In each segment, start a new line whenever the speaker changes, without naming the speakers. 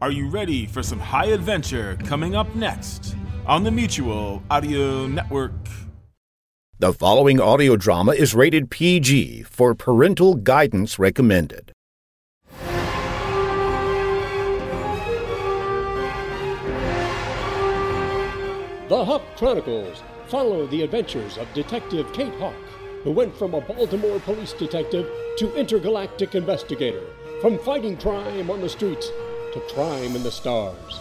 Are you ready for some high adventure coming up next on the Mutual Audio Network?
The following audio drama is rated PG for parental guidance recommended.
The Hawk Chronicles follow the adventures of Detective Kate Hawk, who went from a Baltimore police detective to intergalactic investigator, from fighting crime on the streets to crime in the stars.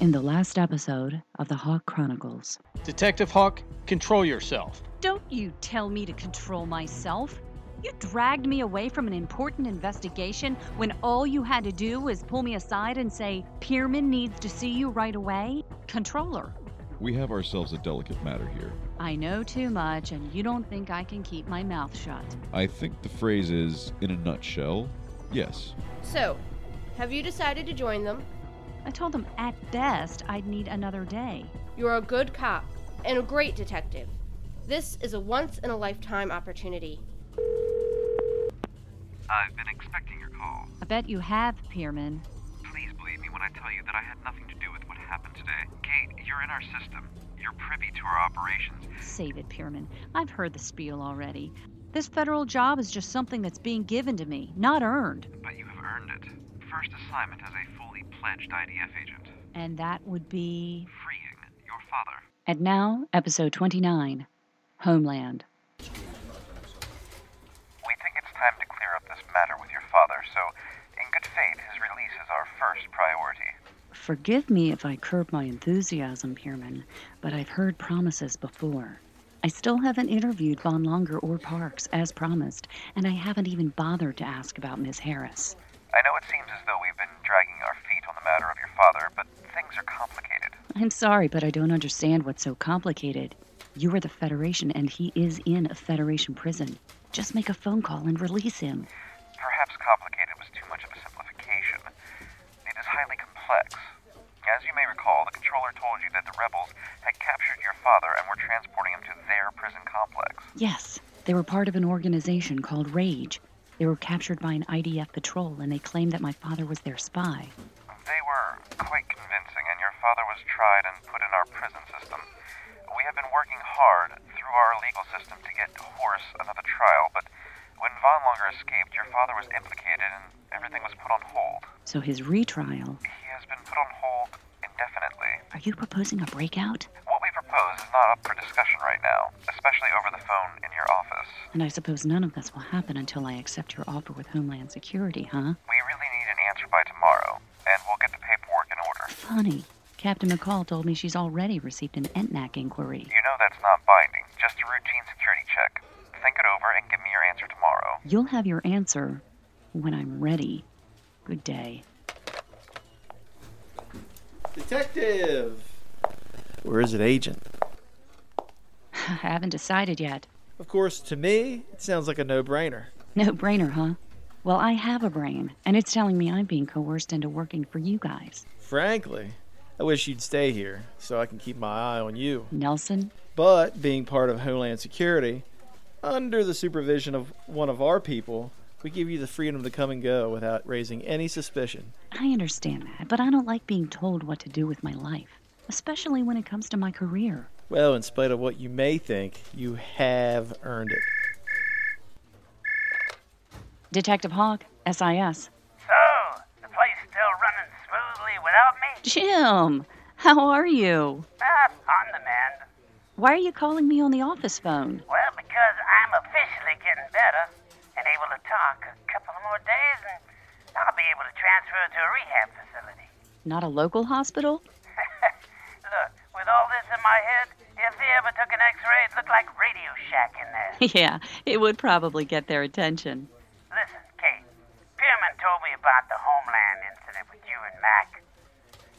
In the last episode of the Hawk Chronicles,
Detective Hawk, control yourself.
Don't you tell me to control myself. You dragged me away from an important investigation when all you had to do was pull me aside and say, Pierman needs to see you right away. Controller,
We have ourselves a delicate matter here.
I know too much and you don't think I can keep my mouth shut.
I think the phrase is, in a nutshell, yes.
So, have you decided to join them?
I told them at best I'd need another day.
You're a good cop and a great detective. This is a once in a lifetime opportunity.
I've been expecting your call.
I bet you have, Pierman.
Please believe me when I tell you that I had nothing to do with what happened today. Kate, you're in our system. You're privy to our operations.
Save it, Pierman. I've heard the spiel already. This federal job is just something that's being given to me, not earned.
But you have earned it. First assignment as a fully pledged IDF agent.
And that would be.
Freeing your father.
And now, episode 29 Homeland.
We think it's time to clear up this matter with your father, so in good faith, his release is our first priority.
Forgive me if I curb my enthusiasm, Pierman, but I've heard promises before. I still haven't interviewed Von Longer or Parks, as promised, and I haven't even bothered to ask about Miss Harris.
I know it seems as though we've been dragging our feet on the matter of your father, but things are complicated.
I'm sorry, but I don't understand what's so complicated. You are the Federation, and he is in a Federation prison. Just make a phone call and release him.
Perhaps complicated was too much of a simplification. It is highly complex. As you may recall, the controller told you that the rebels had captured your father and were transporting him to their prison complex.
Yes, they were part of an organization called Rage. They were captured by an IDF patrol, and they claimed that my father was their spy.
They were quite convincing, and your father was tried and put in our prison system. We have been working hard through our legal system to get Horace another trial, but when Von Longer escaped, your father was implicated and everything was put on hold.
So his retrial.
He has been put on hold indefinitely.
Are you proposing a breakout?
What we propose is not up for discussion right now, especially over the phone in your office.
And I suppose none of this will happen until I accept your offer with Homeland Security, huh?
We really need an answer by tomorrow, and we'll get the paperwork in order.
Funny. Captain McCall told me she's already received an ENTNAC inquiry.
You know that's not binding, just a routine security check. Think it over and give me your answer tomorrow.
You'll have your answer when I'm ready. Good day.
Detective! Or is it agent?
I haven't decided yet.
Of course, to me, it sounds like a no brainer.
No brainer, huh? Well, I have a brain, and it's telling me I'm being coerced into working for you guys.
Frankly, I wish you'd stay here so I can keep my eye on you.
Nelson,
But being part of Homeland Security, under the supervision of one of our people, we give you the freedom to come and go without raising any suspicion.
I understand that, but I don't like being told what to do with my life, especially when it comes to my career.
Well, in spite of what you may think, you have earned it.
Detective Hawk, SIS.
So, the place still running smoothly without me?
Jim, how are you?
Ah, on the mend.
Why are you calling me on the office phone?
Well, because I'm officially getting better and able to talk a couple more days, and I'll be able to transfer to a rehab facility.
Not a local hospital?
Look, with all this in my head, if they ever took an x-ray, it'd look like Radio Shack in there.
yeah, it would probably get their attention.
Listen, Kate, Pierman told me about the homeland incident with you and Mac.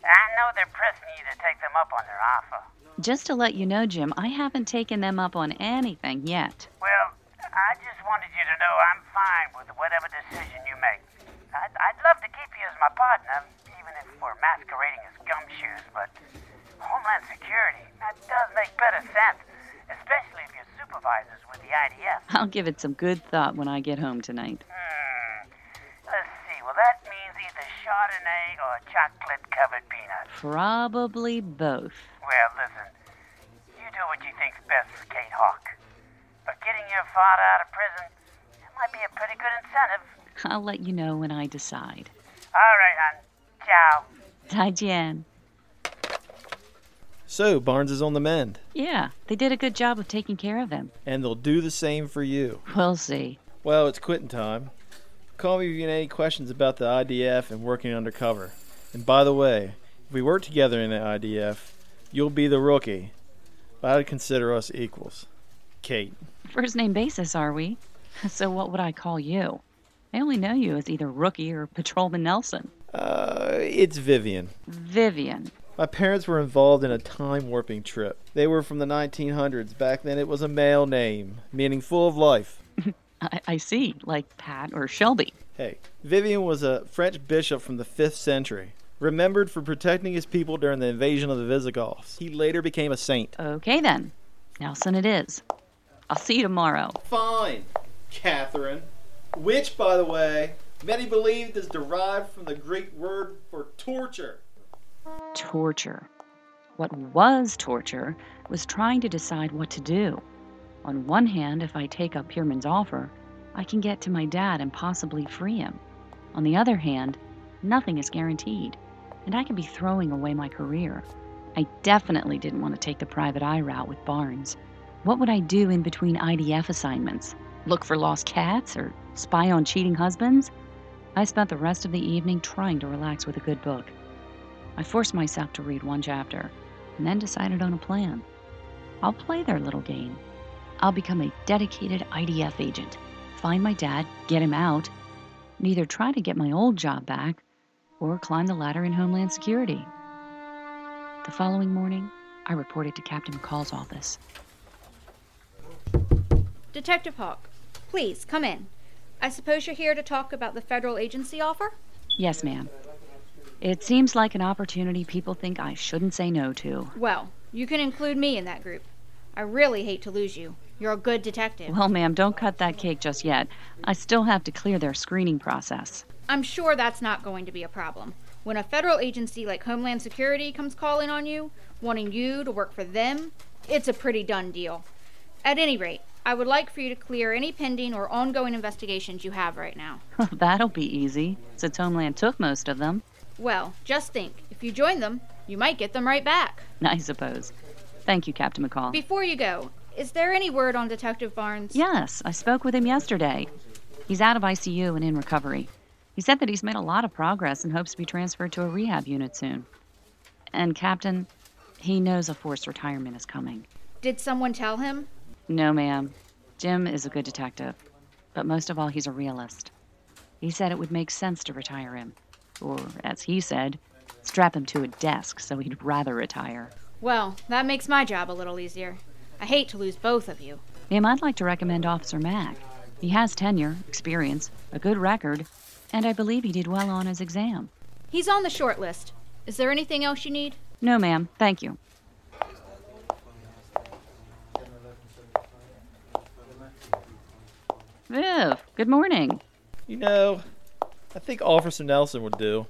I know they're pressing you to take them up on their offer.
Just to let you know, Jim, I haven't taken them up on anything yet.
Well, I just wanted you to know I'm fine with whatever decision you make. I'd, I'd love to keep you as my partner, even if we're masquerading as gumshoes, but Homeland Security, that does make better sense, especially if your supervisor's with the IDF.
I'll give it some good thought when I get home tonight.
Hmm. Let's see, well, that means either Chardonnay or chocolate covered peanuts.
Probably both.
Well, listen, you do what you think's best for Kate Hawk. But getting your father out of prison, that might be a pretty good incentive.
I'll let you know when I decide.
All right, hon. Ciao.
Taijian.
So Barnes is on the mend,
Yeah, they did a good job of taking care of him.
and they'll do the same for you.
We'll see.
Well, it's quitting time. Call me if you have any questions about the IDF and working undercover. And by the way, if we work together in the IDF, you'll be the rookie. But I'd consider us equals. Kate.
First name basis, are we? So what would I call you? I only know you as either Rookie or Patrolman Nelson.
Uh, it's Vivian.
Vivian.
My parents were involved in a time warping trip. They were from the 1900s. Back then, it was a male name, meaning full of life.
I, I see, like Pat or Shelby.
Hey, Vivian was a French bishop from the 5th century, remembered for protecting his people during the invasion of the Visigoths. He later became a saint.
Okay then. Nelson it is. I'll see you tomorrow.
Fine, Catherine. Which, by the way, many believed is derived from the Greek word for torture.
torture. What was torture was trying to decide what to do. On one hand, if I take up Pierman's offer, I can get to my dad and possibly free him. On the other hand, nothing is guaranteed, and I could be throwing away my career. I definitely didn't want to take the private eye route with Barnes. What would I do in between IDF assignments? Look for lost cats or spy on cheating husbands? I spent the rest of the evening trying to relax with a good book. I forced myself to read one chapter and then decided on a plan. I'll play their little game. I'll become a dedicated IDF agent, find my dad, get him out, and either try to get my old job back or climb the ladder in Homeland Security. The following morning, I reported to Captain McCall's office.
Detective Hawk, please come in. I suppose you're here to talk about the federal agency offer?
Yes, ma'am. It seems like an opportunity people think I shouldn't say no to.
Well, you can include me in that group. I really hate to lose you. You're a good detective.
Well, ma'am, don't cut that cake just yet. I still have to clear their screening process.
I'm sure that's not going to be a problem. When a federal agency like Homeland Security comes calling on you, wanting you to work for them, it's a pretty done deal. At any rate, I would like for you to clear any pending or ongoing investigations you have right now.
That'll be easy, since Homeland took most of them,
Well, just think if you join them, you might get them right back.
I suppose. Thank you, Captain McCall.
Before you go, is there any word on Detective Barnes?
yes, I spoke with him yesterday. He's out of ICU and in recovery. He said that he's made a lot of progress and hopes to be transferred to a rehab unit soon. And, Captain, he knows a forced retirement is coming.
Did someone tell him?
No, ma'am. Jim is a good detective, but most of all, he's a realist. He said it would make sense to retire him, or, as he said, strap him to a desk so he'd rather retire.
Well, that makes my job a little easier. I hate to lose both of you.
Ma'am, I'd like to recommend Officer Mack. He has tenure, experience, a good record, and I believe he did well on his exam.
He's on the short list. Is there anything else you need?
No, ma'am, thank you. Viv, good morning.
You know, I think Officer Nelson would do.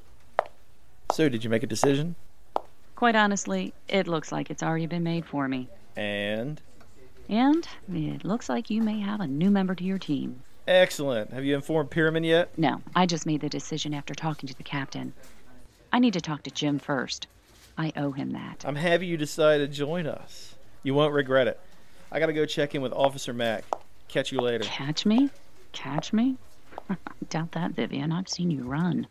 So, did you make a decision?
Quite honestly, it looks like it's already been made for me.
And?
And it looks like you may have a new member to your team.
Excellent. Have you informed Pyramid yet?
No, I just made the decision after talking to the captain. I need to talk to Jim first. I owe him that.
I'm happy you decided to join us. You won't regret it. I gotta go check in with Officer Mack. Catch you later.
Catch me? Catch me? I doubt that, Vivian. I've seen you run.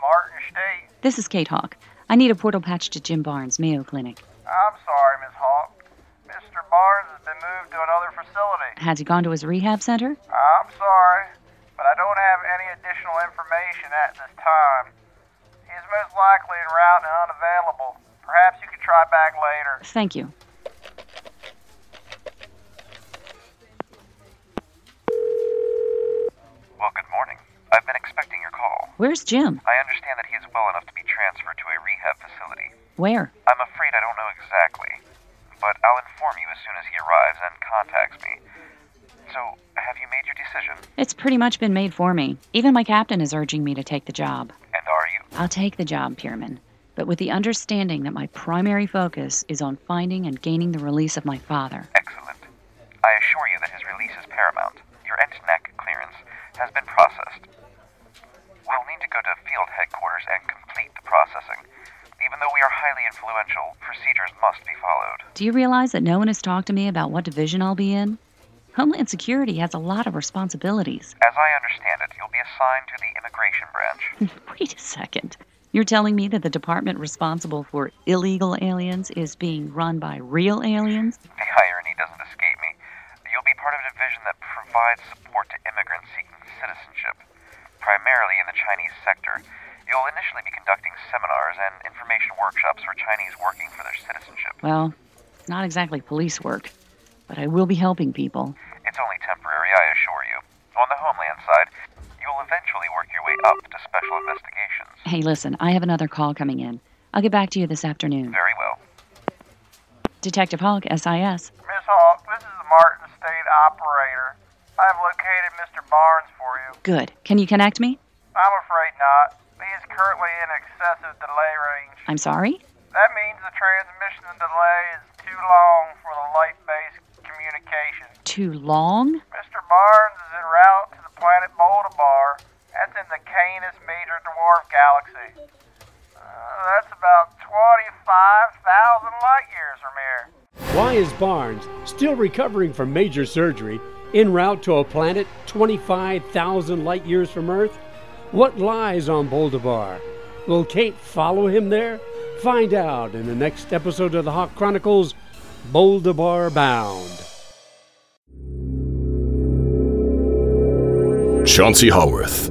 Martin State.
This is Kate Hawk. I need a portal patch to Jim Barnes, Mayo Clinic.
I'm sorry, Miss Hawk. Mr. Barnes has been moved to another facility.
Has he gone to his rehab center?
I'm sorry, but I don't have any additional information at this time. He's most likely en route and unavailable. Perhaps you could try back later.
Thank you.
Well, good morning. I've been expecting your call.
Where's Jim?
I understand that he is well enough to be transferred to a rehab facility.
Where?
I'm afraid I don't know exactly, but I'll inform you
as soon as he arrives and contacts me. So, have you made your decision?
It's pretty much been made for me. Even my captain is urging me to take the job.
And are you?
I'll take the job, Pierman, but with the understanding that my primary focus is on finding and gaining the release of my father.
Excellent. I assure you that his release is paramount. Your NCNAC clearance has been processed. We'll need to go to field headquarters and complete the processing. Even though we are highly influential, procedures must be followed.
Do you realize that no one has talked to me about what division I'll be in? Homeland Security has a lot of responsibilities.
As I understand it, you'll be assigned to the immigration branch.
Wait a second. You're telling me that the department responsible for illegal aliens is being run by real aliens?
The irony doesn't escape me. You'll be part of a division that provides support to immigrants seeking citizenship, primarily in the Chinese sector. You'll initially be conducting seminars and information workshops for Chinese working for their citizenship.
Well, it's not exactly police work, but I will be helping people.
It's only temporary, I assure you. On the homeland side, you'll eventually work your way up to special investigations.
Hey, listen, I have another call coming in. I'll get back to you this afternoon.
Very well.
Detective Hogg, SIS.
Miss Hawk, this is the Martin State operator. I have located Mr. Barnes for you.
Good. Can you connect me?
I'm afraid not. He is currently in excessive delay range.
I'm sorry?
That means the transmission delay is too long for the light based communication.
Too long?
Mr. Barnes is en route to the planet Boldabar. That's in the Canis Major Dwarf Galaxy. Uh, that's about 25,000 light years from here.
Why is Barnes, still recovering from major surgery, en route to a planet 25,000 light years from Earth? What lies on Boldabar? Will Kate follow him there? Find out in the next episode of the Hawk Chronicles Boldabar Bound.
Chauncey Haworth,